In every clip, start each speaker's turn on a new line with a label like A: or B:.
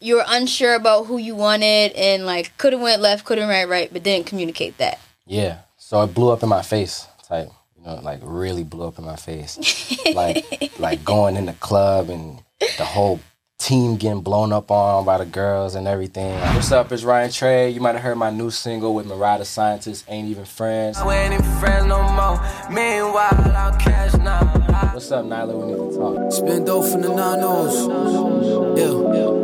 A: you were unsure about who you wanted and like could have went left, could have went right, but didn't communicate that.
B: Yeah. So it blew up in my face, type. You know, like really blew up in my face. like like going in the club and the whole team getting blown up on by the girls and everything. Like, What's up? It's Ryan Trey. You might have heard my new single with Mariah the Scientist, Ain't Even Friends.
C: We ain't even friends no more. Meanwhile, I'll cash now.
B: What's up, Nyla? We need to talk.
C: Spend dough from the nanos. Yeah.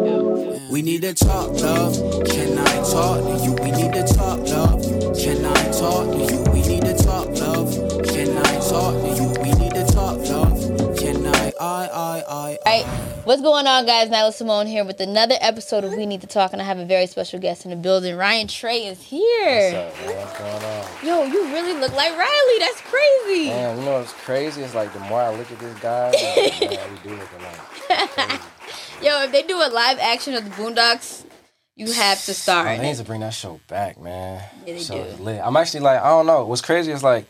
C: We need to talk, love. Can I talk to you? We need to talk, love. Can I talk to you? We need to talk, love. Can I talk to you? We need to talk, love. Can I? I, I,
A: All
C: I, I.
A: right, what's going on, guys? Nyla Simone here with another episode of We Need to Talk, and I have a very special guest in the building. Ryan Trey is
B: What's
A: here.
B: up? man? What's going on?
A: Yo, you really look like Riley. That's crazy.
B: Damn, you know what's crazy? It's like the more I look at this guy, like, man, we do look alike. Crazy.
A: Yo, if they do a live action of the Boondocks, you have to star
B: Man,
A: in
B: Oh, they need
A: it.
B: to bring that show back, man.
A: Yeah, they
B: So
A: do.
B: it's lit. I'm actually like, I don't know. What's crazy is like,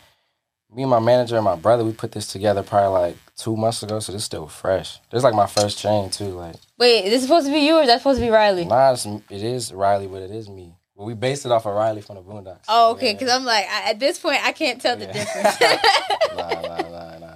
B: me and my manager and my brother, we put this together probably like two months ago, so this still fresh. This is like my first chain too. Like,
A: Wait, is this supposed to be you or is that supposed to be Riley?
B: nah, it's, it is Riley, but it is me. But we based it off of Riley from the Boondocks.
A: Oh, okay.
B: Yeah.
A: Because I'm like, I, at this point, I can't tell the
B: Yeah.
A: difference.
B: nah, nah, nah, nah.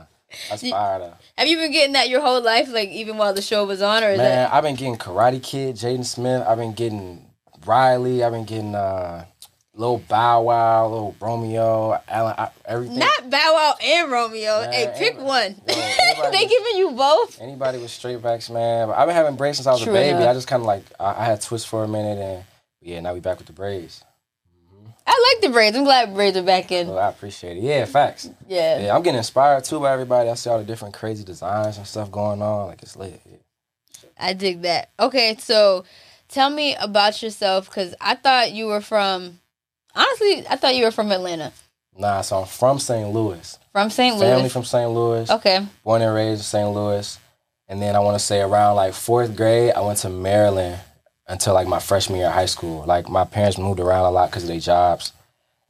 B: That's fire though.
A: have you been getting that your whole life, like even while the show was on, or is
B: Man,
A: that?
B: I've been getting Karate Kid, Jaden Smith. I've been getting Riley. I've been getting uh, Lil Bow Wow, Lil Romeo, Alan, I, everything.
A: Not Bow Wow and Romeo.
B: Man,
A: hey, pick
B: every-
A: one.
B: Yo, everybody-
A: they giving you both.
B: Anybody with straight backs, man. But I've been having braids since I was
A: True
B: a baby.
A: enough.
B: I just kind of like I, I had twists for a minute, and yeah, now we back with the braids.
A: I like the braids. I'm glad braids are back in.
B: So I appreciate it. Yeah, facts.
A: Yeah.
B: Yeah, I'm getting inspired too by everybody. I see all the different crazy designs and stuff going on. Like it's lit. Yeah.
A: I dig that. Okay, so tell me about yourself because I thought you were from. Honestly, I thought you were from Atlanta,
B: Nah, so I'm from St. Louis.
A: from St. Louis.
B: Family from St. Louis.
A: okay.
B: Born and raised in St. Louis. And then I want to say around like fourth grade, I went to Maryland until like my freshman year of high school. Like my parents moved around a lot because of their jobs.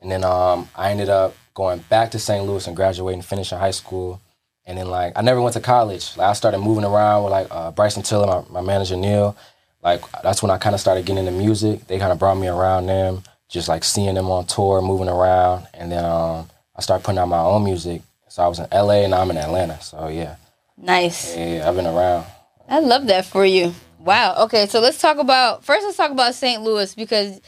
B: And then um, I ended up going back to St. Louis and graduating, finishing high school. And then like I never went to college. Like I started moving around with like uh, Bryson Tiller, my, my manager Neil. Like that's when I kind of started getting into music. They kind of brought me around them, just like seeing them on tour, moving around, and then um, I started putting out my own music. So I was in LA and now I'm in Atlanta. So yeah,
A: Nice.
B: yeah, yeah, I've been around.
A: I love that for you. Wow. Okay, so let's talk about first. Let's talk about St. Louis because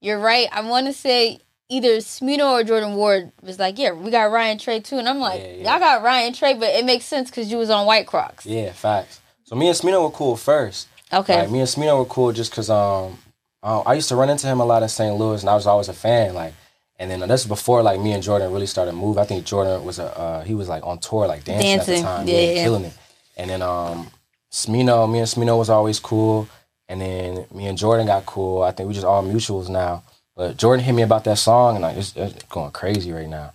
A: you're right. I want to say either Smino or Jordan Ward was like, "Yeah, we got Ryan Trey too," and I'm like,
B: Yeah, yeah.
A: "Y'all got Ryan Trey," but it makes sense because you was on White Crocs.
B: Yeah, facts. So me and Smino were cool first.
A: Okay.
B: Like me and Smino were cool just because um, um, I used to run into him a lot in St. Louis, and I was always a fan. Like, and then uh, this is before like me and Jordan really started moving. I think Jordan was a uh, he was like on tour, like dancing, at
A: Dancing,
B: the time,
A: yeah, yeah.
B: killing it. And then um, Smino, me and Smino was always cool. And then me and Jordan got cool. I think we just all mutuals now. But Jordan hit me about that song, and like it's, it's going crazy right now.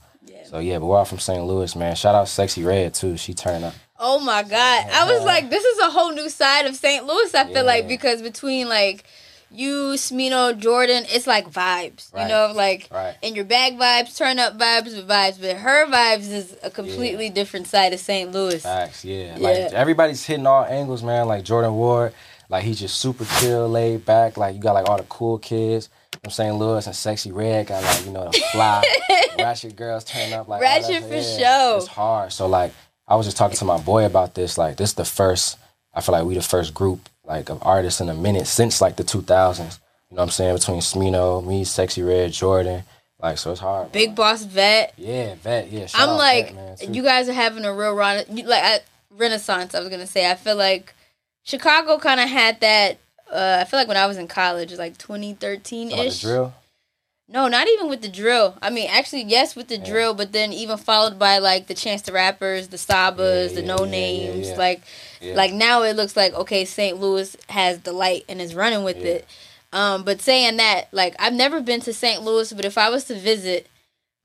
B: So yeah, but we're all from St. Louis, man. Shout out Sexy Red too. She turning up.
A: Oh my god. I was like, this is a whole new side of St. Louis, I feel
B: Yeah.
A: like, because between like you, Smino, Jordan, it's like vibes. You
B: Right.
A: know, like
B: Right.
A: in your bag vibes, turn up vibes with vibes, but her vibes is a completely different side of St. Louis.
B: Facts, yeah.
A: Yeah.
B: Like everybody's hitting all angles, man. Like Jordan Ward, like he's just super chill, laid back. Like you got like all the cool kids from St. Louis and Sexy Red got like you know the fly ratchet girls turn up like all that
A: Ratchet for
B: shit.
A: sure.
B: It's hard. So like I was just talking to my boy about this. Like this the first. I feel like we the first group like of artists in a minute since like the 2000s. You know what I'm saying? Between Smino, me, Sexy Red, Jordan. Like so it's hard. bro.
A: Big boss vet.
B: Yeah, vet. Yeah. shout
A: I'm
B: out
A: like
B: Vet, man, too.
A: you guys are having a real rena- you- like I, renaissance, I was gonna say. I feel like Chicago kinda had that uh, I feel like when I was in college, like 2013
B: Talking about
A: ish.
B: the drill.
A: No, not even with the drill. I mean, actually, yes, with the drill, but then even followed by like the Chance the Rappers, the Sabas,
B: Yeah,
A: the
B: yeah,
A: No
B: yeah, yeah,
A: Names.
B: yeah.
A: Like,
B: Yeah.
A: like now it looks like okay, St. Louis has the light and is running with
B: Yeah.
A: it. Um, but saying that, like, I've never been to St. Louis, but if I was to visit,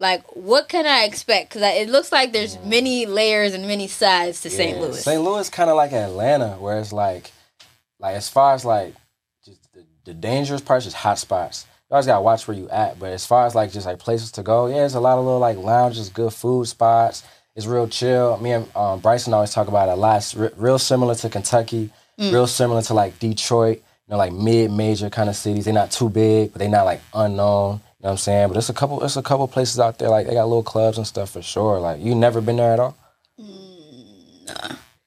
A: like, what can I expect? Because it looks like there's many layers and many sides to St.
B: Mm. Yeah.
A: Louis.
B: St. Louis kind of like Atlanta, where it's like, like as far as like just the, the dangerous parts, just hot spots. You always gotta watch where you at. But as far as like just like places to go, yeah, there's a lot of little like lounges, good food spots. It's real chill. Me and um, Bryson always talk about it a lot. It's re- real similar to Kentucky, real similar to like Detroit. you know, like mid-major kind of cities. They're not too big, but they're not like unknown. You know what I'm saying? But it's a couple, it's a couple places out there. Like they got little clubs and stuff for sure. Like you never been there at all?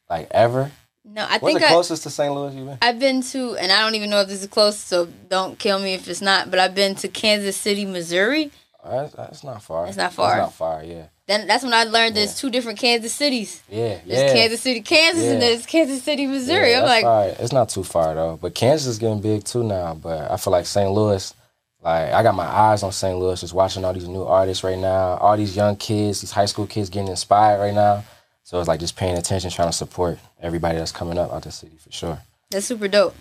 B: Like ever?
A: No, I
B: What's
A: think
B: the
A: I,
B: closest to St. Louis you've been?
A: I've been to, and I don't even know if this is close, so don't kill me if it's not. But I've been to Kansas City, Missouri.
B: Oh, That's, that's not far.
A: It's not far.
B: It's not far. Yeah.
A: Then that's when I learned there's two different Kansas cities.
B: Yeah.
A: There's
B: yeah.
A: Kansas City, Kansas,
B: Yeah.
A: and there's Kansas City,
B: Yeah,
A: Missouri. I'm
B: that's
A: like,
B: all right. it's not too far though. But Kansas is getting big too now. But I feel like St. Louis, like I got my eyes on St. Louis, just watching all these new artists right now, all these young kids, these high school kids getting inspired right now. So it's like just paying attention, trying to support everybody that's coming up out the city for sure.
A: That's super dope.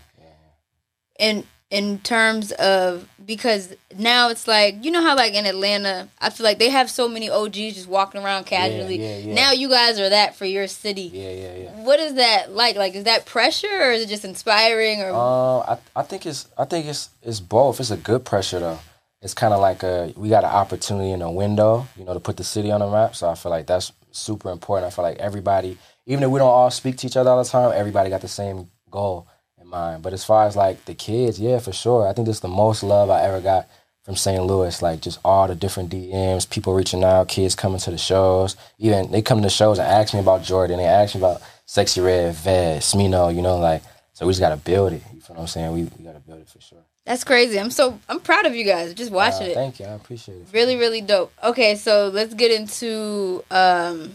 A: And in terms of because now it's like you know how like in Atlanta, I feel like they have so many OGs just walking around casually.
B: yeah, yeah.
A: Now you guys are that for your city.
B: Yeah, yeah, yeah.
A: What is that like? Like is that pressure or is it just inspiring or
B: Um, I, I think it's I think it's it's both. It's a good pressure though. It's kind of like a we got an opportunity in a window, you know, to put the city on the map. So I feel like that's super important. I feel like everybody, even if we don't all speak to each other all the time, everybody got the same goal in mind. But as far as like the kids, yeah, for sure. I think this is the most love I ever got from St. Louis. Like just all the different DMs, people reaching out, kids coming to the shows. Even they come to the shows and ask me about Jordan. They ask me about Sexy Red, Ved, Smino. You know, like so we just gotta build it. You feel what I'm saying? We, we gotta build it for sure.
A: that's crazy. I'm so I'm proud of you guys just watching
B: Uh,
A: it.
B: thank you. I appreciate it.
A: Really, really dope. Okay, so let's get into um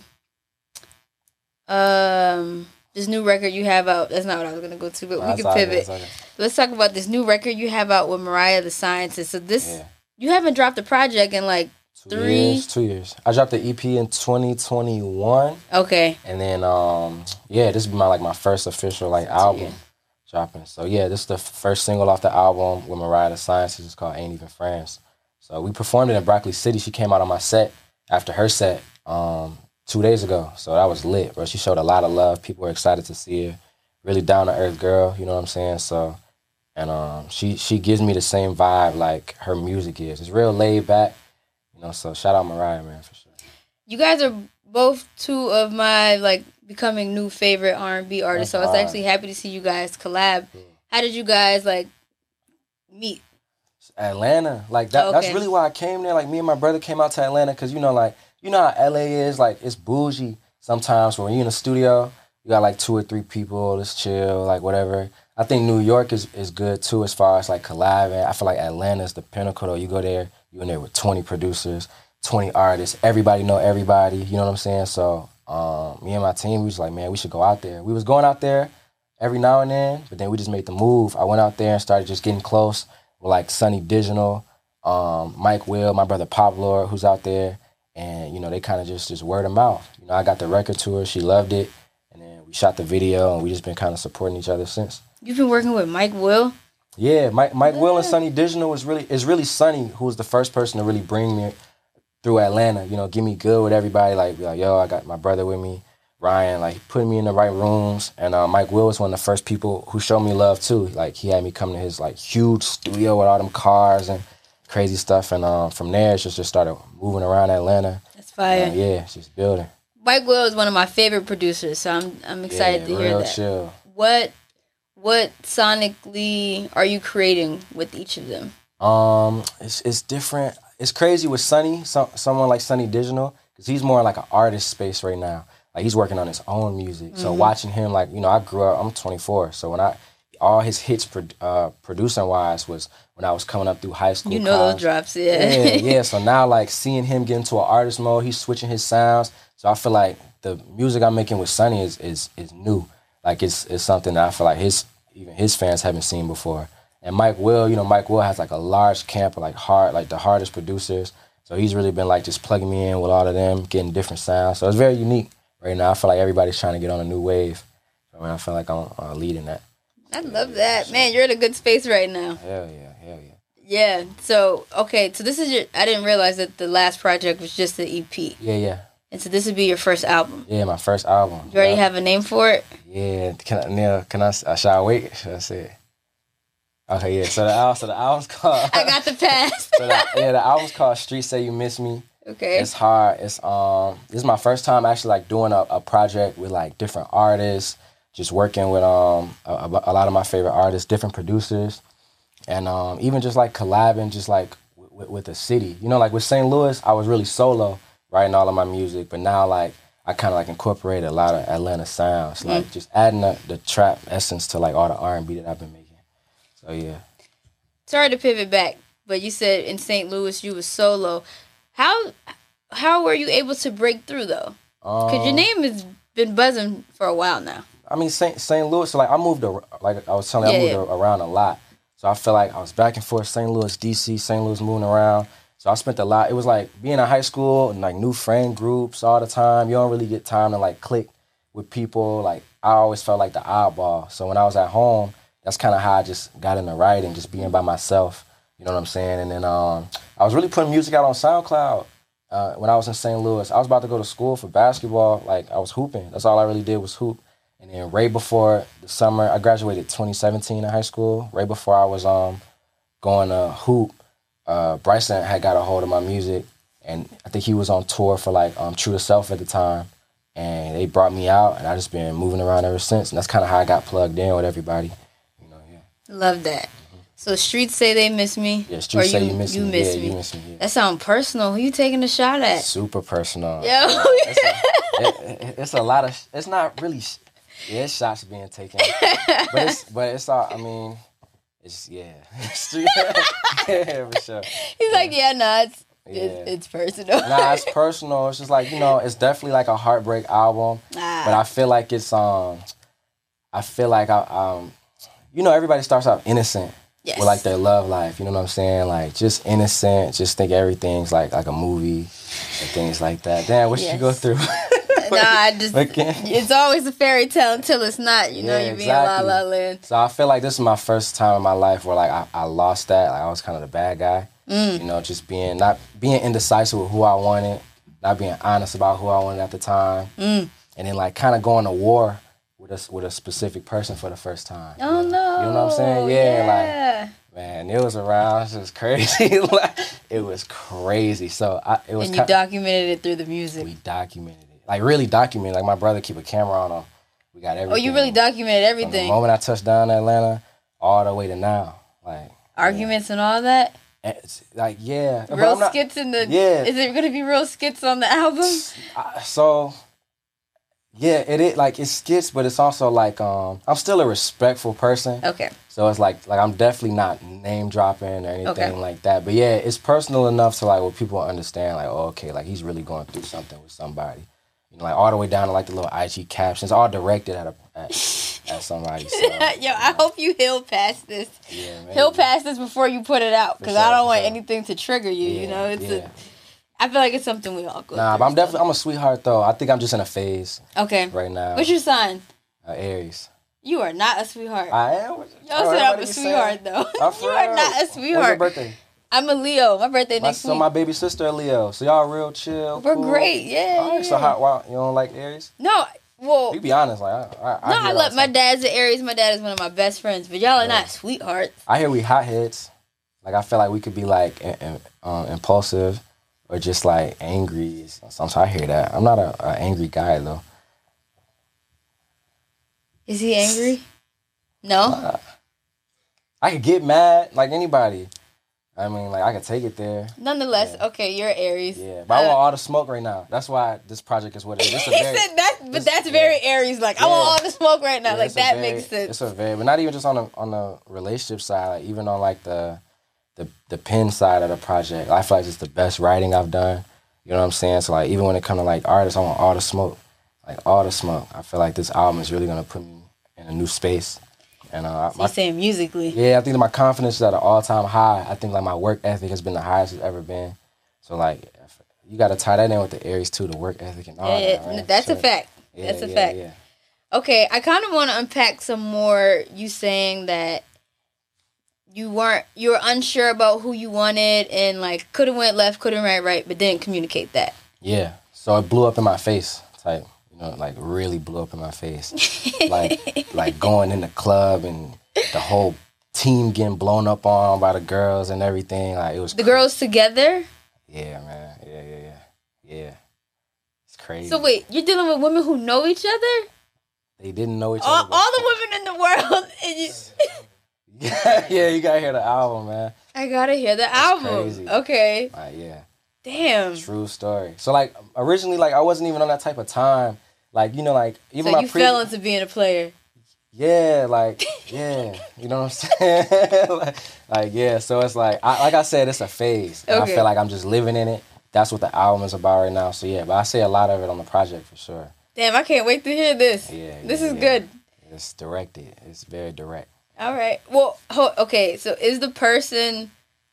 A: um this new record you have out. That's not what I was gonna go to, but
B: Nah,
A: we
B: it's
A: can
B: all good,
A: pivot.
B: it's all good.
A: Let's talk about this new record you have out with Mariah the Scientist. So this
B: Yeah.
A: you haven't dropped a project in like
B: Two
A: Three.
B: years. Two years. I dropped the EP in 2021,
A: okay.
B: and then um yeah, this be my like my first official like album
A: years.
B: dropping. So yeah, this is the first single off the album with Mariah the Science. It's called Ain't Even Friends. So we performed it in Broccoli City. She came out on my set after her set um two days ago. So that was lit, bro. She showed a lot of love. People were excited to see her. Really down to earth girl. You know what I'm saying? So. and um, she she gives me the same vibe like her music is. It's real laid back, you know. So shout out Mariah, man, for sure.
A: You guys are both two of my like becoming new favorite R and B artists. So I
B: That's
A: was
B: hard.
A: actually happy to see you guys collab. How did you guys like meet?
B: Atlanta, like that.
A: Okay.
B: That's really why I came there. Like me and my brother came out to Atlanta because you know, like you know how LA is. Like it's bougie sometimes. When you're in the studio, you got like two or three people. Just chill, like whatever. I think New York is, is good too as far as like collabing. I feel like Atlanta is the pinnacle. Though you go there, you in there with 20 producers, 20 artists. Everybody know everybody. You know what I'm saying? So um, me and my team, we was like, man, we should go out there. We was going out there every now and then, but then we just made the move. I went out there and started just getting close with like Sonny Digital, um, Mike Will, my brother Pablo, who's out there, and you know they kind of just just word of mouth. You know, I got the record to her, she loved it, and then we shot the video, and we just been kind of supporting each other since.
A: You've been working with Mike Will.
B: Yeah, Mike, Mike Will and Sonny Digital was really is really Sonny who was the first person to really bring me through Atlanta. You know, give me good with everybody. Like, be like yo, I got my brother with me, Ryan. Like, putting me in the right rooms. And uh, Mike Will was one of the first people who showed me love too. Like, he had me come to his like huge studio with all them cars and crazy stuff. And um, from there, it just just started moving around Atlanta.
A: That's fire.
B: Uh, yeah, it's just building.
A: Mike Will is one of my favorite producers, so I'm I'm excited
B: yeah,
A: to hear
B: real
A: that.
B: chill.
A: What what sonically are you creating with each of them?
B: Um, it's it's different. It's crazy with Sonny, some, someone like Sonny Digital, because he's more in like an artist space right now. Like he's working on his own music. So
A: Mm-hmm.
B: watching him, like you know, I grew up. I'm 24, so when I all his hits pro, uh, producing wise was when I was coming up through high school.
A: You know
B: college.
A: those drops,
B: Yeah, yeah. So now, like seeing him get into an artist mode, he's switching his sounds. So I feel like the music I'm making with Sonny is is is new. Like it's it's something that I feel like his even his fans haven't seen before. And Mike Will, you know, Mike Will has like a large camp of like hard, like the hardest producers. So he's really been like just plugging me in with all of them, getting different sounds. So it's very unique right now. I feel like everybody's trying to get on a new wave. I mean, I feel like I'm uh, leading that.
A: I love that. Man, you're in a good space right now.
B: Hell yeah, hell yeah.
A: Yeah. So, okay, so this is your I didn't realize that the last project was just the EP.
B: Yeah, yeah.
A: And so this would be your first album.
B: Yeah, my first album.
A: You already have a name for it?
B: Yeah, can I, now, can I, uh, shall I wait? Should I say it? Okay, yeah, so the, al- so the album's called,
A: I got the pass.
B: so the, yeah, the album's called Street Say You Miss Me.
A: okay.
B: It's hard, it's, um, this is my first time actually, like, doing a, a project with, like, different artists, just working with um a, a a lot of my favorite artists, different producers, and um, even just like collabing, just like with, with the city. You know, like with St. Louis, I was really solo writing all of my music, but now like I kind of like incorporate a lot of Atlanta sounds, like just adding the, the trap essence to like all the R and B that I've been making. So yeah.
A: Sorry to pivot back, but you said in St. Louis you was solo. How how were you able to break through though? Because your
B: Um,
A: name has been buzzing for a while now.
B: I mean, St. St. Louis. So like, I moved ar- like I was telling you,
A: Yeah,
B: I moved
A: yeah.
B: ar- around a lot. So I feel like I was back and forth, St. Louis, DC, St. Louis, moving around. So I spent a lot. It was like being in high school and like new friend groups all the time. You don't really get time to like click with people. Like I always felt like the oddball. So when I was at home, that's kind of how I just got into writing, just being by myself. You know what I'm saying? And then um, I was really putting music out on SoundCloud uh, when I was in St. Louis. I was about to go to school for basketball. Like I was hooping. That's all I really did was hoop. And then right before the summer, I graduated 2017 in high school. Right before I was um going to hoop, uh, Bryson had got a hold of my music, and I think he was on tour for like um, True to Self at the time. And they brought me out, and I just been moving around ever since. And that's kind of how I got plugged in with everybody. You know, yeah.
A: Love that. So streets say they miss me.
B: Yeah, streets say you miss me.
A: miss
B: Yeah,
A: me.
B: you miss me, yeah.
A: That sound personal. Who you taking a shot at?
B: Super
A: Yo,
B: personal. It's a, it- it- it's a lot of. sh- It's not really. sh- Yeah, it's shots being taken, but it's but it's all. I mean, it's yeah. yeah, for sure.
A: he's like, yeah, no, it's it's,
B: Yeah.
A: it's personal.
B: Nah, it's personal. It's just like you know, it's definitely like a heartbreak album, but I feel like it's um, I feel like I um, you know, everybody starts out innocent
A: yes.
B: with like their love life. You know what I'm saying? Like just innocent. Just think everything's like like a movie and things like that. Damn, what you go
A: Yes.
B: through?
A: Nah, I just.
B: Again.
A: It's always a fairy tale until it's not. You know,
B: Yeah,
A: you be in La
B: exactly.
A: La Land.
B: So I feel like this is my first time in my life where like I, I lost that. Like I was kind of the bad guy.
A: Mm.
B: You know, just being not being indecisive with who I wanted, not being honest about who I wanted at the time,
A: Mm.
B: and then like kind of going to war with a with a specific person for the first time.
A: Oh no!
B: You know what I'm saying? Yeah, like-
A: yeah.
B: Man, it was around. It was crazy. like it was crazy. So I, it was
A: and
B: ki-
A: you documented it through the music.
B: we documented it. Like really documented. Like my brother keep a camera on him. We got everything.
A: oh, you really documented
B: From the
A: everything,
B: moment I touched down in Atlanta, all the way to now, like.
A: arguments and all that.
B: It's like yeah, but
A: Real
B: I'm not-
A: skits in the.
B: Yeah.
A: Is it gonna be real skits on the album?
B: I- so yeah, it is like it's skits, but it's also like um I'm still a respectful person,
A: Okay.
B: so it's like like I'm definitely not name dropping or anything
A: Okay.
B: like that. But yeah, it's personal enough to like where people understand like oh, okay, like he's really going through something with somebody, you know, like all the way down to like the little IG captions, all directed at a at, at somebody. So,
A: Yo, I hope you heal past this.
B: yeah, man.
A: Heal past this before you put it out, because I
B: sure,
A: don't
B: for
A: want
B: sure.
A: anything to trigger you. you
B: Yeah,
A: know, it's.
B: yeah.
A: A, I feel like it's something we all go
B: Nah,
A: through.
B: but I'm definitely I'm a sweetheart though. I think I'm just in a phase
A: Okay.
B: right now.
A: What's your sign?
B: uh, Aries.
A: You are not a sweetheart.
B: I am.
A: Y'all said I'm a sweetheart though. you are not a
B: When's your
A: sweetheart.
B: birthday?
A: I'm a Leo. My birthday
B: My
A: next
B: son,
A: week.
B: my baby sister, a Leo. So y'all real chill.
A: We're
B: cool.
A: great. Yeah.
B: All right, so
A: yeah.
B: hot. Wow, you don't like Aries?
A: No, well,
B: You be honest, like I. I, I
A: no,
B: hear
A: I
B: all
A: love
B: the
A: my
B: time.
A: dad's an Aries. My dad is one of my best friends, but y'all are not sweethearts.
B: I hear we hotheads. Like I feel like we could be like in, in, um, impulsive or just like angry. Sometimes I hear that. I'm not a, a angry guy though.
A: Is he angry? No.
B: Uh, I could get mad like anybody. I mean, like I could take it there.
A: Nonetheless, okay, you're an Aries.
B: Yeah, but I want
A: Uh,
B: all the smoke right now. That's why this project is what it is. It's a
A: he
B: very-
A: said that, but
B: it's-
A: that's
B: yeah.
A: very Aries. Like I want
B: Yeah.
A: all the smoke right now.
B: Yeah,
A: like
B: it's a
A: that
B: very-
A: makes
B: It's
A: sense.
B: a very, but not even just on the on the relationship side, like even on like the the the pen side of the project. I feel like it's the best writing I've done. You know what I'm saying? So like even when it comes to like artists, I want all the smoke, like all the smoke. I feel like this album is really gonna put me in a new space, and uh,
A: He's
B: my,
A: saying musically.
B: yeah, I think that my confidence is at an all time high. I think like my work ethic has been the highest it's ever been. So like. if- You gotta tie that in with the Aries too, the work ethic and all
A: Yeah,
B: that. right?
A: that's a
B: Sure.
A: fact.
B: Yeah,
A: that's a
B: yeah,
A: fact.
B: yeah.
A: Okay, I kind of want to unpack some more. You saying that you weren't, you were unsure about who you wanted, and like could have went left, could have went right, but didn't communicate that.
B: Yeah. So it blew up in my face. Type, you know, like really blew up in my face. like like going in the club and the whole team getting blown up on by the girls and everything. Like it was
A: The girls together.
B: Yeah, man. Yeah, yeah, yeah. Yeah. It's crazy.
A: So wait, you're dealing with women who know each other?
B: They didn't know each
A: All,
B: other.
A: all the women in the world. And you,
B: yeah, yeah, you gotta hear the album, man.
A: I gotta hear the album.
B: crazy.
A: Okay.
B: Like, yeah,
A: Damn.
B: true story. So like originally, like I wasn't even on that type of time. Like you know, like even
A: So
B: my
A: you
B: pre-
A: fell into being a player.
B: Yeah, like yeah, you know what I'm saying? like, like, yeah, so it's like I, like I said, it's a phase. And
A: Okay.
B: I feel like I'm just living in it. That's what the album is about right now. So yeah, but I say a lot of it on the project for sure.
A: Damn, I can't wait to hear this.
B: Yeah,
A: this
B: yeah,
A: is
B: yeah.
A: good.
B: It's directed. It's very direct.
A: All right. Well, ho- okay. So is the person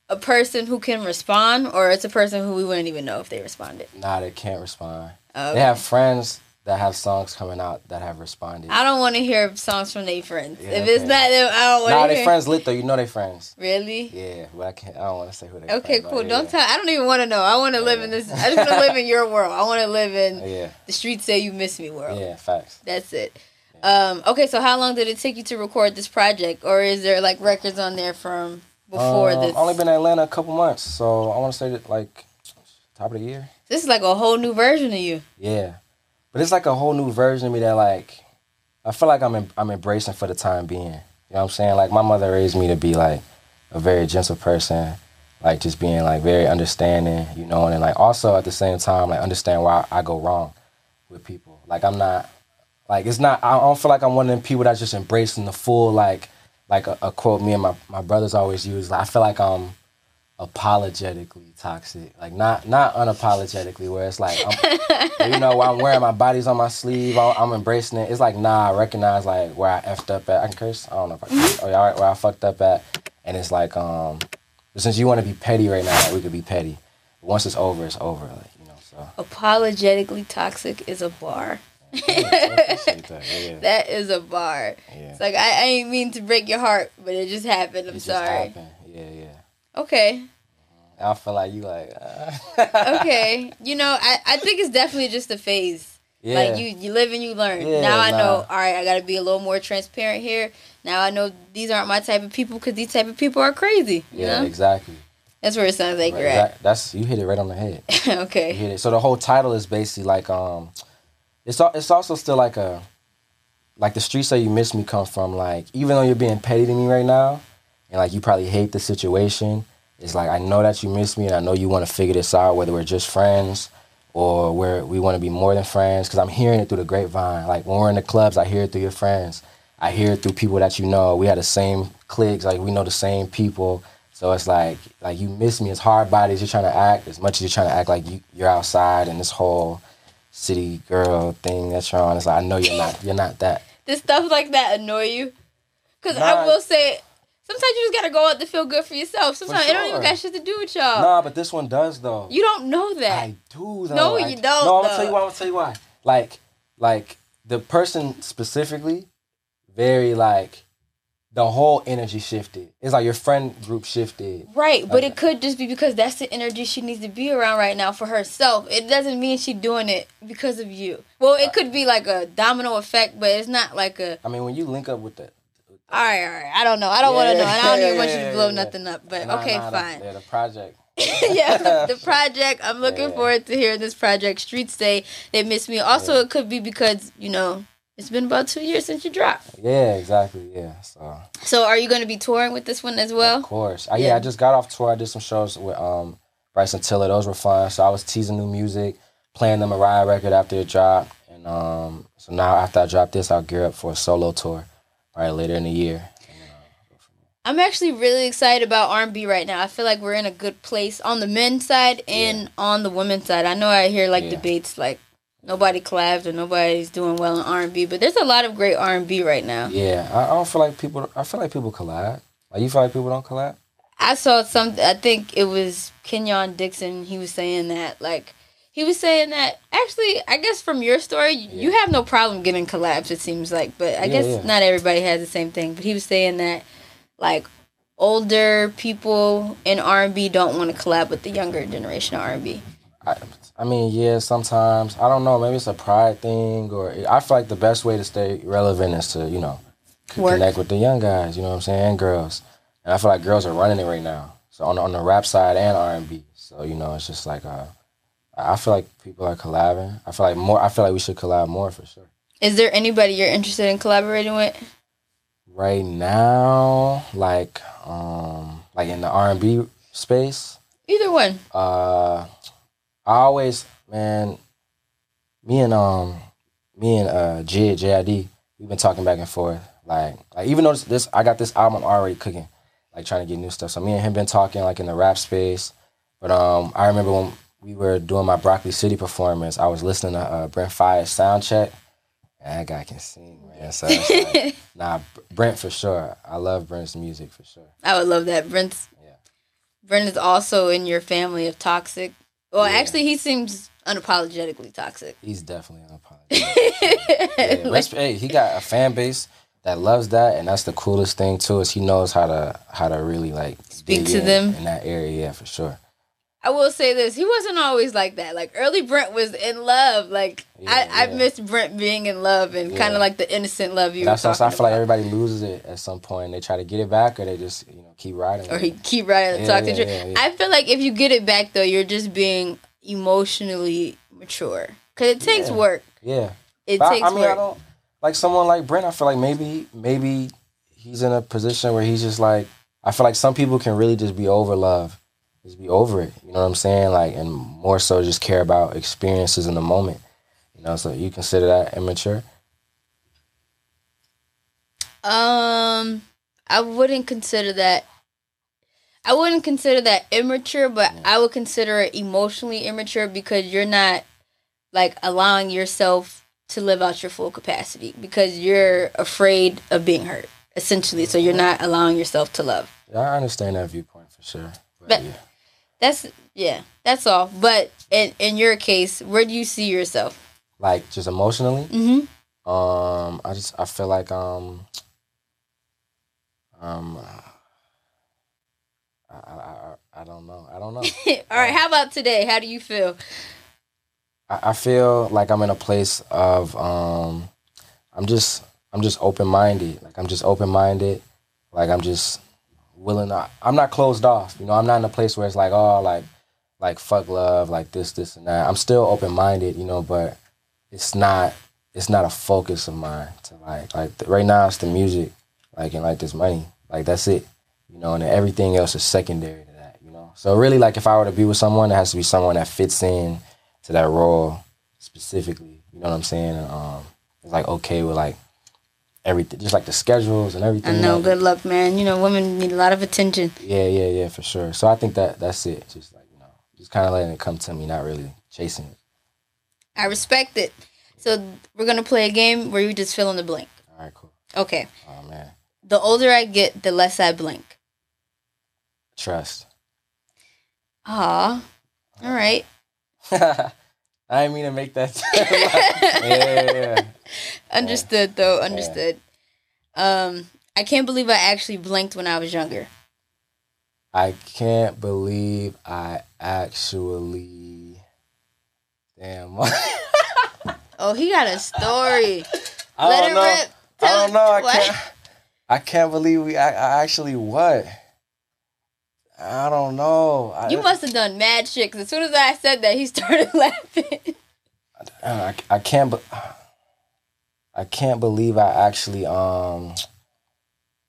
A: a person who can respond, or it's a person who we wouldn't even know if they responded?
B: Nah, they can't respond.
A: Okay.
B: They have friends that have songs coming out that have responded.
A: I don't want to hear songs from their friends.
B: Yeah,
A: if it's
B: okay.
A: not them, I don't want
B: Nah,
A: to
B: they
A: hear.
B: friends lit though. You know they friends.
A: Really?
B: Yeah, but I can't. I don't want to say who they.
A: Okay,
B: friends are.
A: cool.
B: Yeah,
A: Don't tell. I don't even want to know. I want to live in this. I just want to live in your world. I want to live in
B: Yeah,
A: the streets say you miss me world.
B: yeah, facts.
A: That's it. Um, okay, so how long did it take you to record this project, or is there like records on there from before
B: Um,
A: this?
B: Only been in Atlanta a couple months, so I want to say that like top of the year.
A: this is like a whole new version of you.
B: Yeah, but it's like a whole new version of me that like I feel like I'm em- I'm embracing for the time being. You know what I'm saying? Like my mother raised me to be like a very gentle person, like just being like very understanding, you know, and then, like also at the same time like understand why I go wrong with people. Like I'm not like it's not I don't feel like I'm one of them people that's just embracing the full like like a, a quote me and my, my brothers always use. Like I feel like I'm apologetically toxic. Like not not unapologetically where it's like I'm, you know, where I'm wearing my body's on my sleeve. I'm, I'm embracing it. It's like, nah, I recognize like where I effed up at. I can curse. I don't know if I can
A: Mm-hmm.
B: curse. Oh, yeah, all right, where I fucked up at. And it's like, um, since you want to be petty right now, like, we could be petty. Once it's over, it's over. Like, you know, so.
A: Apologetically toxic is a bar.
B: I appreciate that. Yeah.
A: That is a bar.
B: yeah.
A: It's like I, I ain't mean to break your heart, but it just happened. I'm
B: It just
A: sorry.
B: happened. Yeah, yeah.
A: Okay.
B: I feel like you like, uh,
A: Okay. you know, I, I think it's definitely just a phase.
B: yeah.
A: Like you, you live and you learn.
B: Yeah,
A: now I
B: nah.
A: know. All right, I gotta be a little more transparent here. Now I know these aren't my type of people because these type of people are crazy. You
B: yeah,
A: know,
B: exactly.
A: that's where it sounds like
B: Right,
A: you're at.
B: exact- That's you hit it right on the head. You
A: okay.
B: hit it. So the whole title is basically like um, it's al- it's also still like a like the streets that you miss me come from. Like even though you're being petty to me right now, and like you probably hate the situation, it's like I know that you miss me, and I know you want to figure this out, whether we're just friends or where we want to be more than friends. Because I'm hearing it through the grapevine. Like when we're in the clubs, I hear it through your friends. I hear it through people that you know. We had the same cliques. Like we know the same people. So it's like like you miss me as hard bodies. You're trying to act as much as you're trying to act like you, you're outside and this whole city girl thing that you're on. It's like I know you're not you're not that.
A: Does stuff like that annoy you? Because I
B: Nah.
A: will say, sometimes you just gotta go out to feel good for yourself. Sometimes it don't even
B: sure.
A: got shit to do with y'all.
B: nah, but this one does though.
A: You don't know that.
B: I do though.
A: No,
B: I
A: you
B: do.
A: don't,
B: No,
A: though.
B: I'm gonna tell you why. I'm gonna tell you why. Like, like the person specifically, very like, the whole energy shifted. It's like your friend group shifted.
A: Right, but it
B: Okay.
A: could just be because that's the energy she needs to be around right now for herself. It doesn't mean she's doing it because of you. Well,
B: Uh,
A: it could be like a domino effect, but it's not like a
B: I mean, when you link up with the
A: all right, all right. I don't know. I don't want to
B: Yeah,
A: know, and I don't
B: yeah,
A: even want
B: yeah,
A: you to
B: yeah,
A: blow
B: yeah.
A: nothing up. But
B: nah,
A: okay,
B: nah, the-
A: fine.
B: yeah, the project.
A: yeah, the project. I'm looking
B: Yeah.
A: forward to hearing this project. Streets say they miss me. Also, it could be because you know it's been about two years since you dropped.
B: Yeah, exactly. Yeah. So
A: So, are you going to be touring with this one as
B: of
A: well?
B: course. I,
A: Oh, yeah.
B: yeah, I just got off tour. I did some shows with um Bryson Tiller. Those were fun. So I was teasing new music, playing the Mariah record after it dropped, and um so now after I drop this, I'll gear up for a solo tour, right later in the year.
A: I'm actually really excited about R&B right now. I feel like we're in a good place on the men's side and on the women's side. I know I hear like
B: Yeah.
A: debates like nobody collabs or nobody's doing well in R&B, but there's a lot of great R&B right now.
B: Yeah, I, I don't feel like people. I feel like people collab. Like you feel like people don't collab.
A: I saw some. I think it was Kenyon Dixon. He was saying that, like, he was saying that. Actually, I guess from your story, y- you
B: Yeah.
A: have no problem getting collabs. It seems like, but I
B: Yeah,
A: guess
B: yeah.
A: not everybody has the same thing. But he was saying that, like, older people in R and B don't want to collab with the younger generation R and B.
B: I, I mean, yeah, sometimes I don't know. Maybe it's a pride thing, or I feel like the best way to stay relevant is to you know c-
A: Work.
B: connect with the young guys. You know what I'm saying, and girls. And I feel like girls are running it right now. So on the- on the rap side and R and B. So you know, it's just like uh, I I feel like people are collabing. I feel like more. I feel like we should collab more for sure.
A: Is there anybody you're interested in collaborating with?
B: Right now, like um like in the R and B space,
A: Either one.
B: uh I always man me and um me and uh Jid JID, we've been talking back and forth. Like like even though this, this I got this album already cooking, like trying to get new stuff. So me and him been talking like in the rap space. But um I remember when we were doing my Broccoli City performance, I was listening to uh, Brent Fire's sound check. And that guy can sing, man. So it's like, nah, Brent for sure. I love Brent's music for sure.
A: I would love that. Brent's
B: Yeah.
A: Brent is also in your family of toxic. Well, actually, he seems unapologetically toxic.
B: He's definitely unapologetic. yeah, resp- hey, he got a fan base that loves that, and that's the coolest thing too. Is he knows how to how to really like
A: Speak
B: dig
A: to
B: in,
A: them.
B: in that area. Yeah, for sure.
A: I will say this: he wasn't always like that. Like early Brent was in love. Like
B: Yeah,
A: I,
B: yeah.
A: I miss Brent being in love and kind
B: Yeah.
A: of like the innocent love you.
B: That's
A: were
B: that's I
A: talking
B: feel like
A: about.
B: everybody loses it at some point. They try to get it back, or they just you know keep riding.
A: or
B: with
A: he
B: it.
A: keep riding the
B: Yeah,
A: toxic
B: yeah,
A: train.
B: yeah, yeah.
A: I feel like if you get it back though, you're just being emotionally mature because it takes
B: Yeah.
A: work.
B: yeah.
A: It
B: But I-
A: takes
B: I, mean, I
A: work.
B: don't like someone like Brent. I feel like maybe maybe he's in a position where he's just like I feel like some people can really just be over love, just be over it. You know what I'm saying? Like, and more so just care about experiences in the moment. You know, so you consider that immature.
A: Um, I wouldn't consider that. I wouldn't consider that immature, but I would consider it emotionally immature because you're not like allowing yourself to live out your full capacity because you're afraid of being hurt, essentially. So you're not allowing yourself to love.
B: Yeah, I understand that viewpoint for sure. But,
A: But-
B: yeah.
A: That's yeah, that's all. But in in your case, where do you see yourself?
B: like just emotionally.
A: Mm-hmm.
B: Um, I just I feel like um um I I, I, I don't know. I don't know.
A: all right. How about today? How do you feel?
B: I, I feel like I'm in a place of um, I'm just I'm just open minded. Like I'm just open minded. Like I'm just willing. To, I'm not closed off. You know, I'm not in a place where it's like oh like like fuck love like this this and that. I'm still open minded. You know, but it's not it's not a focus of mine to like like th- right now it's the music like and like this money like that's it you know and then everything else is secondary to that you know so really like if i were to be with someone it has to be someone that fits in to that role specifically you know what i'm saying and um it's like okay with like everything just like the schedules and
A: I
B: everything
A: know.
B: like-
A: Good luck, man. You know, women need a lot of attention.
B: yeah yeah yeah for sure so i think that that's it just like you know just kind of letting it come to me not really chasing it
A: I respect it. So we're gonna play a game where you just fill in the blank.
B: all right cool
A: Okay.
B: oh man
A: The older I get, the less I blink.
B: trust
A: Aw. All right.
B: I didn't mean to make that. yeah, yeah, yeah.
A: Understood though. Understood. Um, I can't believe I actually blinked when I was younger.
B: I can't believe I actually. Damn. I
A: Oh, he got a story. Let
B: don't
A: it
B: know.
A: rip.
B: I
A: Tell
B: don't
A: us
B: know. I
A: what.
B: can't. I can't believe we. I, I actually what? I don't know. I,
A: You must have done mad shit. Cause as soon as I said that, he started laughing.
B: I, I can't. Be, I can't believe I actually. Um.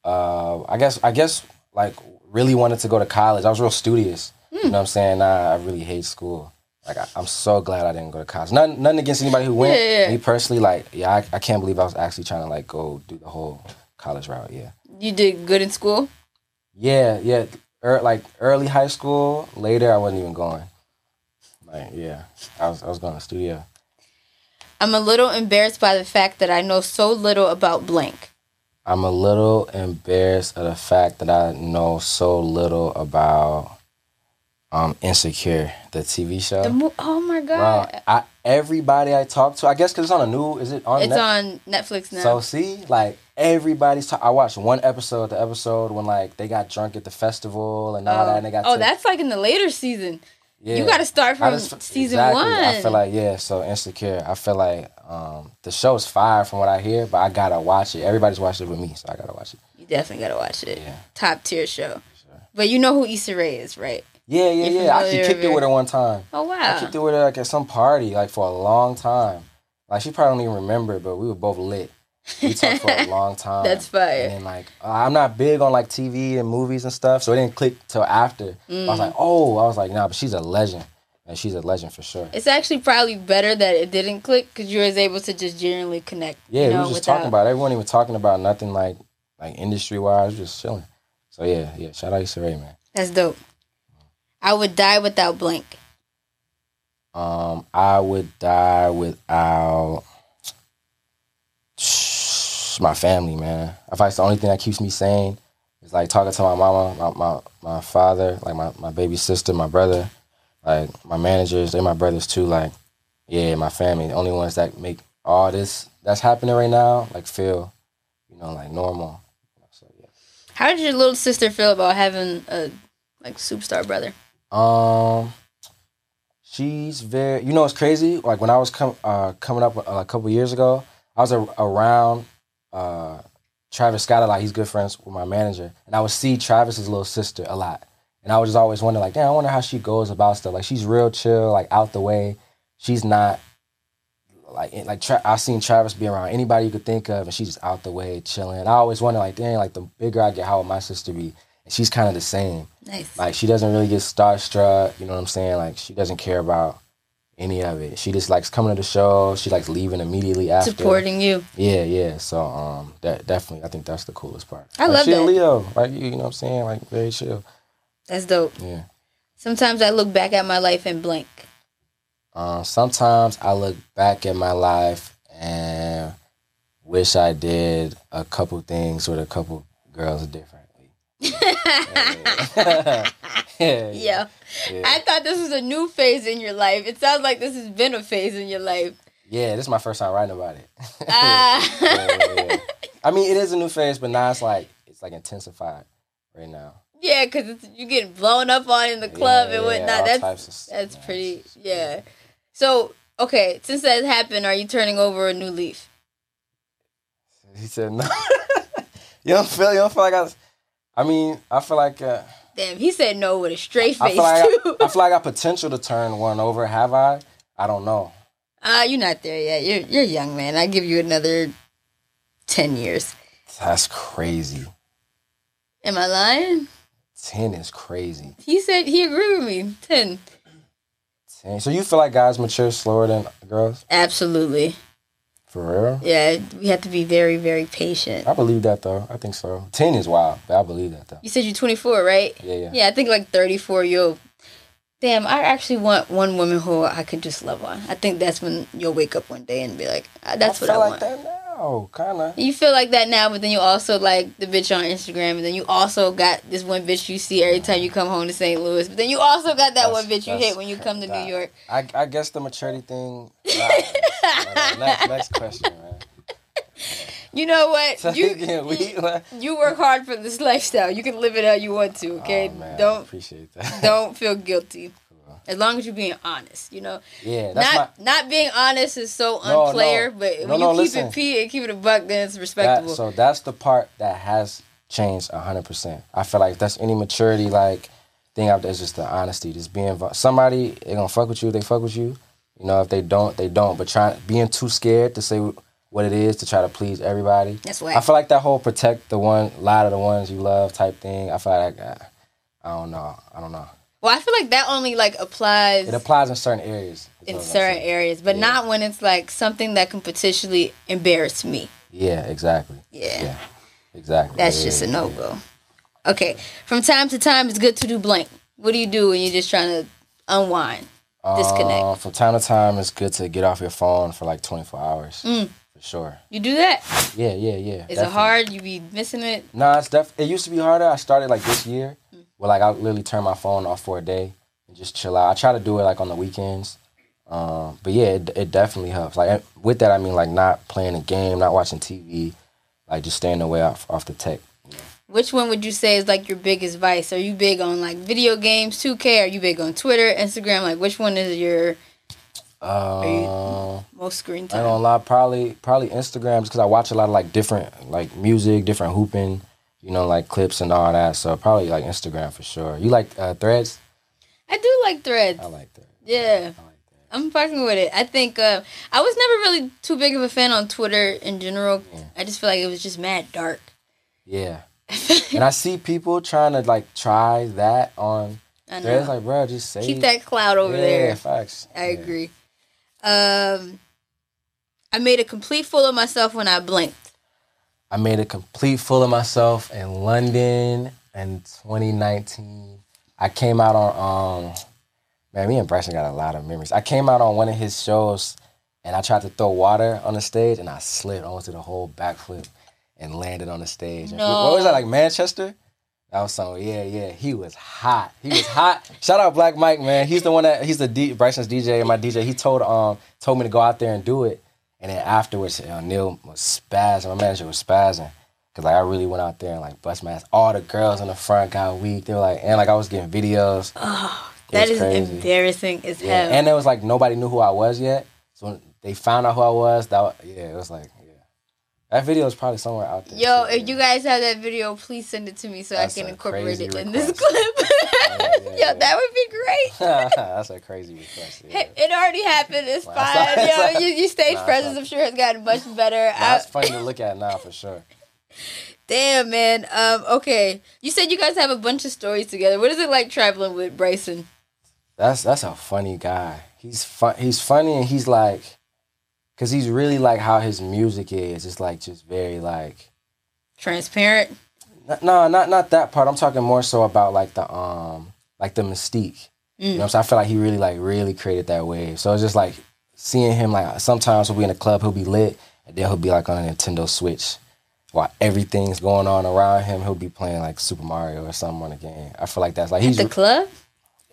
B: Uh, I guess. I guess. Like, really wanted to go to college. I was real studious. You know what I'm saying? I, I really hate school. Like, I, I'm so glad I didn't go to college. Nothing. Nothing against anybody who went.
A: Yeah, yeah, yeah.
B: Me personally, like, yeah, I, I can't believe I was actually trying to like go do the whole college route. Yeah.
A: you did good in school.
B: Yeah. Yeah. Er, like early high school. Later, I wasn't even going. Like, yeah, I was. I was going to studio.
A: I'm a little embarrassed by the fact that I know so little about blank.
B: I'm a little embarrassed of the fact that I know so little about um Insecure, the TV show.
A: The mo- oh my
B: Bro,
A: god.
B: I, everybody I talk to, I guess because it's on a new. Is it on?
A: It's
B: Netflix?
A: on Netflix now.
B: So see, like everybody's. Ta- I watched one episode. The episode when like they got drunk at the festival and all that, and they got.
A: oh,
B: took-
A: that's like in the later season.
B: yeah.
A: You got to start
B: I
A: from
B: just-
A: season
B: exactly.
A: one.
B: I feel like yeah, so insecure. I feel like um the show's fire from what I hear, but I gotta watch it. Everybody's watched it with me, so I gotta watch it.
A: you definitely gotta watch it.
B: Yeah.
A: Top tier show.
B: Sure.
A: But you know who Issa Rae is, right?
B: Yeah, yeah,
A: You're
B: yeah. I actually
A: familiar
B: kicked it
A: with-
B: with her one time.
A: Oh
B: I
A: wow.
B: kicked it with her like at some party, like for a long time. Like she probably don't even remember, but we were both lit. We talked for a long time.
A: That's fire.
B: And then like I'm not big on like TV and movies and stuff, so it didn't click till after. I
A: Mm.
B: was like, oh, I was like, nah, but she's a legend, and she's a legend for sure.
A: It's actually probably better that it didn't click because you was able to just genuinely connect.
B: Yeah,
A: you know,
B: we were just
A: without,
B: talking about. It. Everyone even talking about nothing like like industry wise, just chilling. So yeah, yeah. Shout out Issa Rae, man.
A: That's dope. I would die without Blink.
B: Um, I would die without my family, man. I feel like it's the only thing that keeps me sane is like talking to my mama, my my, my father, like my, my baby sister, my brother, like my managers, they my brothers too. Like, yeah, my family, the only ones that make all this that's happening right now, like feel, you know, like normal. So yeah.
A: How did your little sister feel about having a like superstar brother?
B: Um, she's very. You know, it's crazy. Like when I was com- uh, coming up uh, a couple years ago, I was a- around uh, Travis Scott a lot. He's good friends with my manager, and I would see Travis's little sister a lot. And I was just always wondering, like, damn, I wonder how she goes about stuff. Like she's real chill, like out the way. She's not like in- like tra- I've seen Travis be around anybody you could think of, and she's just out the way, chilling. And I always wonder, like, dang, like the bigger I get, how would my sister be? And she's kind of the same.
A: Nice.
B: Like she doesn't really get starstruck. You know what I'm saying? Like she doesn't care about any of it. She just likes coming to the show. She likes leaving immediately after.
A: Supporting you.
B: Yeah, yeah. So um, that definitely, I think that's the coolest part.
A: I
B: Like,
A: love
B: she a
A: that.
B: Leo, like you, you know what I'm saying? Like very chill.
A: That's dope.
B: Yeah.
A: Sometimes I look back at my life and blink.
B: Um, sometimes I look back at my life and wish I did a couple things with a couple girls differently. yeah. yeah.
A: Yeah. I thought this was a new phase in your life. It sounds like this has been a phase in your life.
B: Yeah, this is my first time writing about it.
A: Ah.
B: Yeah, yeah, yeah. I mean, it is a new phase, but now it's like it's like intensified right now.
A: Yeah, because you're getting blown up on in the club and
B: Yeah, yeah, all
A: whatnot. that's
B: types of stuff,
A: that's
B: man.
A: pretty. Yeah. So okay, since that happened, are you turning over a new leaf?
B: He said no. you don't feel you don't feel like I. I mean, I feel like uh,
A: Damn, he said no with a straight
B: I
A: face
B: feel like
A: too.
B: I, I feel like I got potential to turn one over. Have I? I don't know.
A: uh, you're not there yet. You're you're young, man. I give you another ten years.
B: That's crazy.
A: Am I lying?
B: Ten is crazy.
A: He said he agreed with me. Ten.
B: Ten. So you feel like guys mature slower than girls?
A: Absolutely.
B: For real?
A: Yeah, we have to be very, very patient.
B: I believe that though. I think so. Ten is wild, but I believe that though.
A: You said you're 24, right?
B: Yeah, yeah.
A: Yeah, I think like 34, you'll. Damn, I actually want one woman who I could just love on. I think that's when you'll wake up one day and be like, "Ah, that's
B: I
A: what I
B: feel
A: want.
B: like that now, kind of.
A: You feel like that now, but then you also like the bitch on Instagram, and then you also got this one bitch you see every time you come home to St. Louis, but then you also got that
B: That's-
A: one bitch you
B: that's-
A: hate when you come to
B: nah.
A: New York.
B: I, I guess the maturity thing. nah, nah, nah. next, next question, man.
A: You know
B: So,
A: what? You,
B: yeah, we,
A: you, you work hard for this lifestyle. You can live it how you want to, okay?
B: Oh, man, I
A: don't
B: appreciate that.
A: don't feel guilty. As long as you're being honest, you know.
B: Yeah, that's
A: Not
B: my.
A: not being honest is so
B: No,
A: unplayer,
B: no.
A: but
B: No,
A: when
B: no,
A: you keep
B: listen.
A: it p and keep it a buck, then it's
B: That,
A: respectable.
B: so that's the part that has changed hundred percent. I feel like that's any maturity like thing out there is just the honesty, just being vul- somebody. They gonna fuck with you. They fuck with you. You know, if they don't, they don't. But trying being too scared to say what it is to try to please everybody.
A: That's whack.
B: I feel like that whole protect the one, lie to the ones you love type thing. I feel like I, I don't know. I don't know.
A: well, I feel like that only like applies
B: It applies in certain areas. is
A: in
B: what I'm
A: certain
B: saying.
A: areas, but
B: Yeah.
A: not when it's like something that can potentially embarrass me.
B: Yeah, exactly.
A: Yeah.
B: Yeah, exactly.
A: That's
B: Yeah,
A: just a
B: yeah.
A: no go. Okay. From time to time, it's good to do blank. What do you do when you're just trying to unwind, disconnect?
B: Uh, from time to time, it's good to get off your phone for like 24 hours. For sure.
A: You do that?
B: Yeah, yeah, yeah.
A: Mm. Is
B: definitely.
A: it hard? You be missing it?
B: Nah, it's def- it used to be harder. I started like this year
A: Mm.
B: where like I literally turn my phone off for a day and just chill out. I try to do it like on the weekends. Um, but yeah, it, it definitely helps. Like with that, I mean like not playing a game, not watching TV, like just staying away off, off the tech.
A: Which one would you say is like your biggest vice? Are you big on like video games, 2K? Are you big on Twitter, Instagram? Like, which one is your
B: Um,
A: most screen
B: I ain't gonna
A: time?
B: lie, probably probably Instagram because I watch a lot of like different like music, different hooping, you know, like clips and all that. So probably like Instagram for sure. You like uh, threads?
A: I do like threads.
B: I like that.
A: Yeah.
B: I like that.
A: I'm fucking with it. I think uh, I was never really too big of a fan on Twitter in general. I just feel like it was just mad dark.
B: Yeah. and I see people trying to like try that on.
A: I know.
B: They're like, bro, just say
A: Keep that cloud over
B: yeah,
A: there.
B: Facts.
A: I
B: Yeah.
A: agree. Um, I made a complete fool of myself when I blinked.
B: I made a complete fool of myself in London in 2019. I came out on um man, me and Bryson got a lot of memories. I came out on one of his shows and I tried to throw water on the stage and I slid almost did a whole backflip and landed on the stage. And
A: No.
B: What was that like Manchester? That was something. Yeah, yeah. He was hot. He was hot. Shout out Black Mike, man. He's the one that he's the D, Bryson's DJ and my DJ. He told um told me to go out there and do it. And then afterwards, uh, Neil was spazzing. My manager was spazzing because like I really went out there and like bust my ass. All the girls in the front got weak. They were like, and like I was getting videos.
A: That is
B: It's crazy.
A: embarrassing as
B: Yeah.
A: hell.
B: And it was like nobody knew who I was yet. So when they found out who I was, that wa- yeah, it was like yeah. That video is probably somewhere out there.
A: Yo,
B: too,
A: if you guys have that video, please send it to me so
B: That's
A: I can
B: a
A: incorporate
B: crazy
A: it in this
B: request.
A: clip.
B: yeah,
A: Yo,
B: yeah.
A: that would be great.
B: yeah. That's a crazy request. Yeah.
A: It already happened. It's
B: Wow,
A: fine.
B: sorry,
A: Yo,
B: sorry.
A: you, your stage
B: Nah,
A: presence,
B: sorry.
A: I'm sure, has gotten much better. I,
B: That's funny to look at now for sure.
A: damn, man. Um, okay. You said you guys have a bunch of stories together. What is it like traveling with Bryson?
B: That's that's a funny guy. He's fun. He's funny and he's like, cause he's really like how his music is. It's like just very like
A: Transparent.
B: N- No, not not that part. I'm talking more so about like the um like the mystique. You know what I'm saying? I feel like he really like really created that wave. So it's just like seeing him like sometimes we'll be in a club, he'll be lit, and then he'll be like on a Nintendo Switch while everything's going on around him, he'll be playing like Super Mario or something on the game. I feel like that's like he's
A: The club?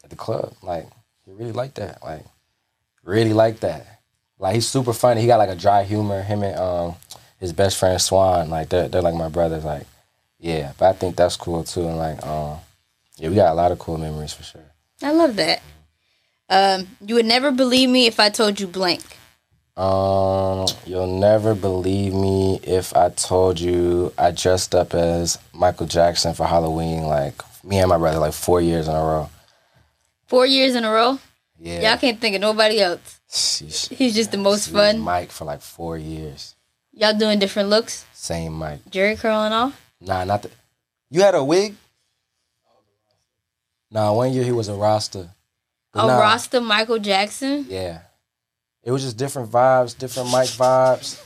B: at the club. Like he really like that. Like really like that. Like he's super funny. He got like a dry humor. Him and um his best friend Swan. Like they're they're like my brothers. Like yeah, but I think that's cool too. And like um yeah, we got a lot of cool memories for sure.
A: I love that. Um, you would never believe me if I told you blank.
B: Um, you'll never believe me if I told you I dressed up as Michael Jackson for Halloween. Like me and my brother, like four years in a row.
A: Four years in a row?
B: Yeah,
A: Y'all can't think of nobody else.
B: Sheesh.
A: He's just the most
B: He was
A: fun.
B: Mike for like four years.
A: Y'all doing different looks?
B: Same Mike.
A: Jerry curl and all?
B: Nah, not the. You had a wig. Nah, one year he was a Rasta. But
A: Oh,
B: nah,
A: Rasta Michael Jackson?
B: Yeah, it was just different vibes, different Mike vibes.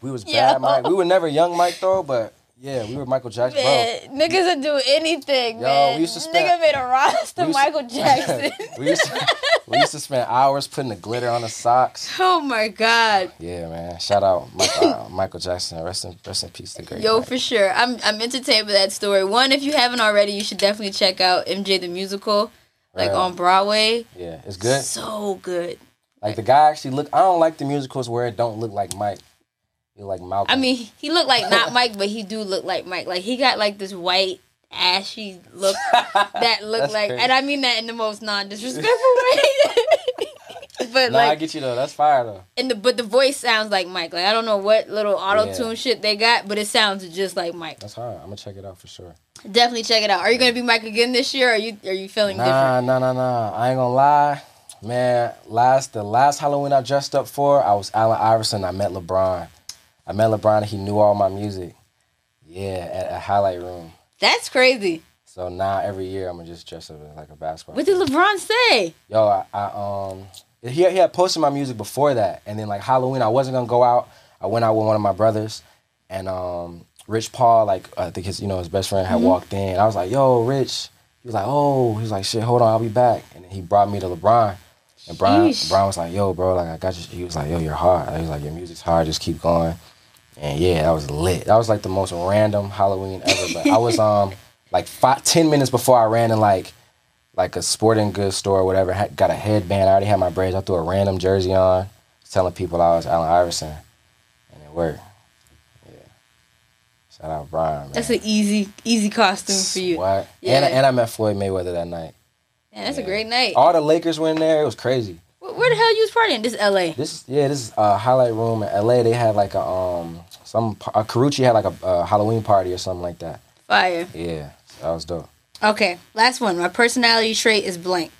B: We was
A: Yo.
B: bad Mike. We were never young Mike though, but yeah, we were Michael Jackson. Bro,
A: Man, niggas would do anything,
B: Yo,
A: man.
B: we used to spend-
A: Nigga made a Rasta
B: we used to-
A: Michael Jackson.
B: we used to, we used to spend hours putting the glitter on the socks.
A: oh my god.
B: Yeah, man. Shout out Mike, uh, Michael Jackson. Rest in rest in peace, the great.
A: Yo,
B: Mike.
A: for sure. I'm I'm entertained by that story. One, if you haven't already, you should definitely check out MJ the musical, like
B: Right.
A: on Broadway.
B: yeah, it's good.
A: So good.
B: Like the guy actually look. I don't like the musicals where it don't look like Mike. You like Malcolm.
A: I mean, he looked like not Mike, but he do look like Mike. Like he got like this white ashy look that looked
B: That's
A: like,
B: crazy.
A: and I mean that in the most non disrespectful way. but
B: nah, I
A: like,
B: get you though. That's fire though.
A: and the but the voice sounds like Mike. Like I don't know what little auto tune
B: Yeah.
A: shit they got, but it sounds just like Mike.
B: That's hard. I'm gonna check it out for sure.
A: Definitely check it out. Are you gonna be Mike again this year? Or are you are you feeling different?
B: Nah, nah, nah, nah. I ain't gonna lie, man. Last the last Halloween I dressed up for, I was Allen Iverson. I met LeBron. I met LeBron. and He knew all my music. Yeah, at a highlight room.
A: That's crazy.
B: So now every year I'm gonna just dress up as like a basketball.
A: What did LeBron say?
B: Yo, I, I um he he had posted my music before that, and then like Halloween, I wasn't gonna go out. I went out with one of my brothers, and um Rich Paul, like I think his you know his best friend had walked in. I was like, Yo, Rich. He was like, Oh, he was like, Shit, hold on, I'll be back. And then he brought me to LeBron, and Brian
A: Sheesh.
B: Brian was like, Yo, bro, like I got you. He was like, Yo, you're hard. He was like, Your music's hard. Just keep going. And yeah, that was lit. That was like the most random Halloween ever. But I was um like five, ten minutes before I ran in like like a sporting goods store or whatever. Had, got a headband. I already had my braids. I threw a random jersey on, telling people I was Allen Iverson, and it worked. Yeah. Shout out Brian. Man.
A: That's an easy easy costume for you.
B: What?
A: Yeah.
B: And, and I met Floyd Mayweather that night.
A: Man, that's a great night.
B: All the Lakers were in there. It was crazy.
A: Wh- Where the hell you was partying? This L.A.
B: This is yeah, this is uh, highlight room in LA. They had like a um some pa- uh, Carucci had like a uh, Halloween party or something like that.
A: Fire.
B: Yeah, that was dope.
A: Okay, last one. My personality trait is blank. Mm.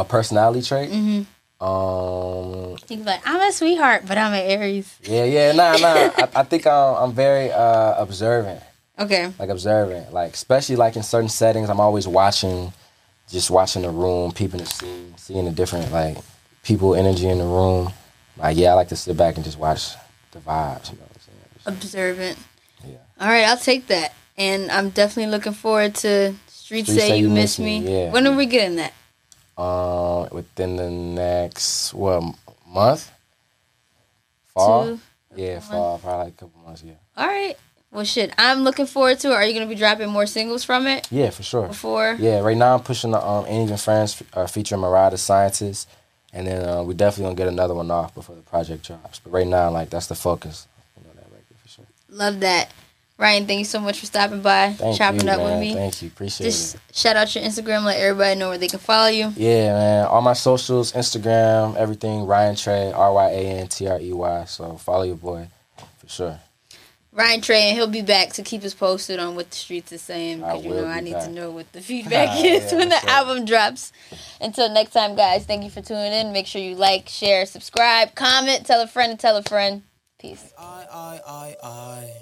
B: A personality trait. Mm-hmm. Um,
A: He's like, I'm a sweetheart, but I'm an Aries.
B: yeah, yeah, nah, nah. I, I think I'm, I'm very uh, observant,
A: Okay.
B: like observant, like especially like in certain settings. I'm always watching, just watching the room, peeping the scene, seeing the different like people energy in the room. Like, yeah, I like to sit back and just watch the vibes. You know what I'm saying?
A: Observant.
B: Yeah.
A: All right, I'll take that. And I'm definitely looking forward to Street
B: Streets
A: Say, You Miss Me.
B: yeah.
A: When are we getting that?
B: Um, within the next what m- month? Fall.
A: Two?
B: Yeah, fall. Probably like a couple months. Yeah.
A: All right. Well, shit, I'm looking forward to it. Are you going to be dropping more singles from it
B: Yeah, for sure.
A: before?
B: Yeah, right now I'm pushing the um, Angels and Friends uh, featuring Mariah the Scientist, and then uh, we definitely gonna get another one off before the project drops. But right now, like that's the focus. You know, that record for sure.
A: Love that. Ryan, thank you so much for stopping by,
B: Thank
A: chopping
B: you,
A: up
B: man.
A: with me.
B: Thank you. Appreciate
A: Just
B: it.
A: shout out your Instagram, let everybody know where they can follow you.
B: Yeah, man. All my socials, Instagram, everything. Ryan Trey, R Y A N T R E Y. So follow your boy, for sure.
A: Ryan Trey, and he'll be back to keep us posted on what the streets is saying.
B: I
A: Because you
B: will
A: know, I
B: be
A: need
B: back.
A: to know what the feedback
B: Yeah,
A: is when the
B: for sure.
A: album drops. Until next time, guys, thank you for tuning in. Make sure you like, share, subscribe, comment, tell a friend, and tell a friend. Peace.
C: I, I, I, I.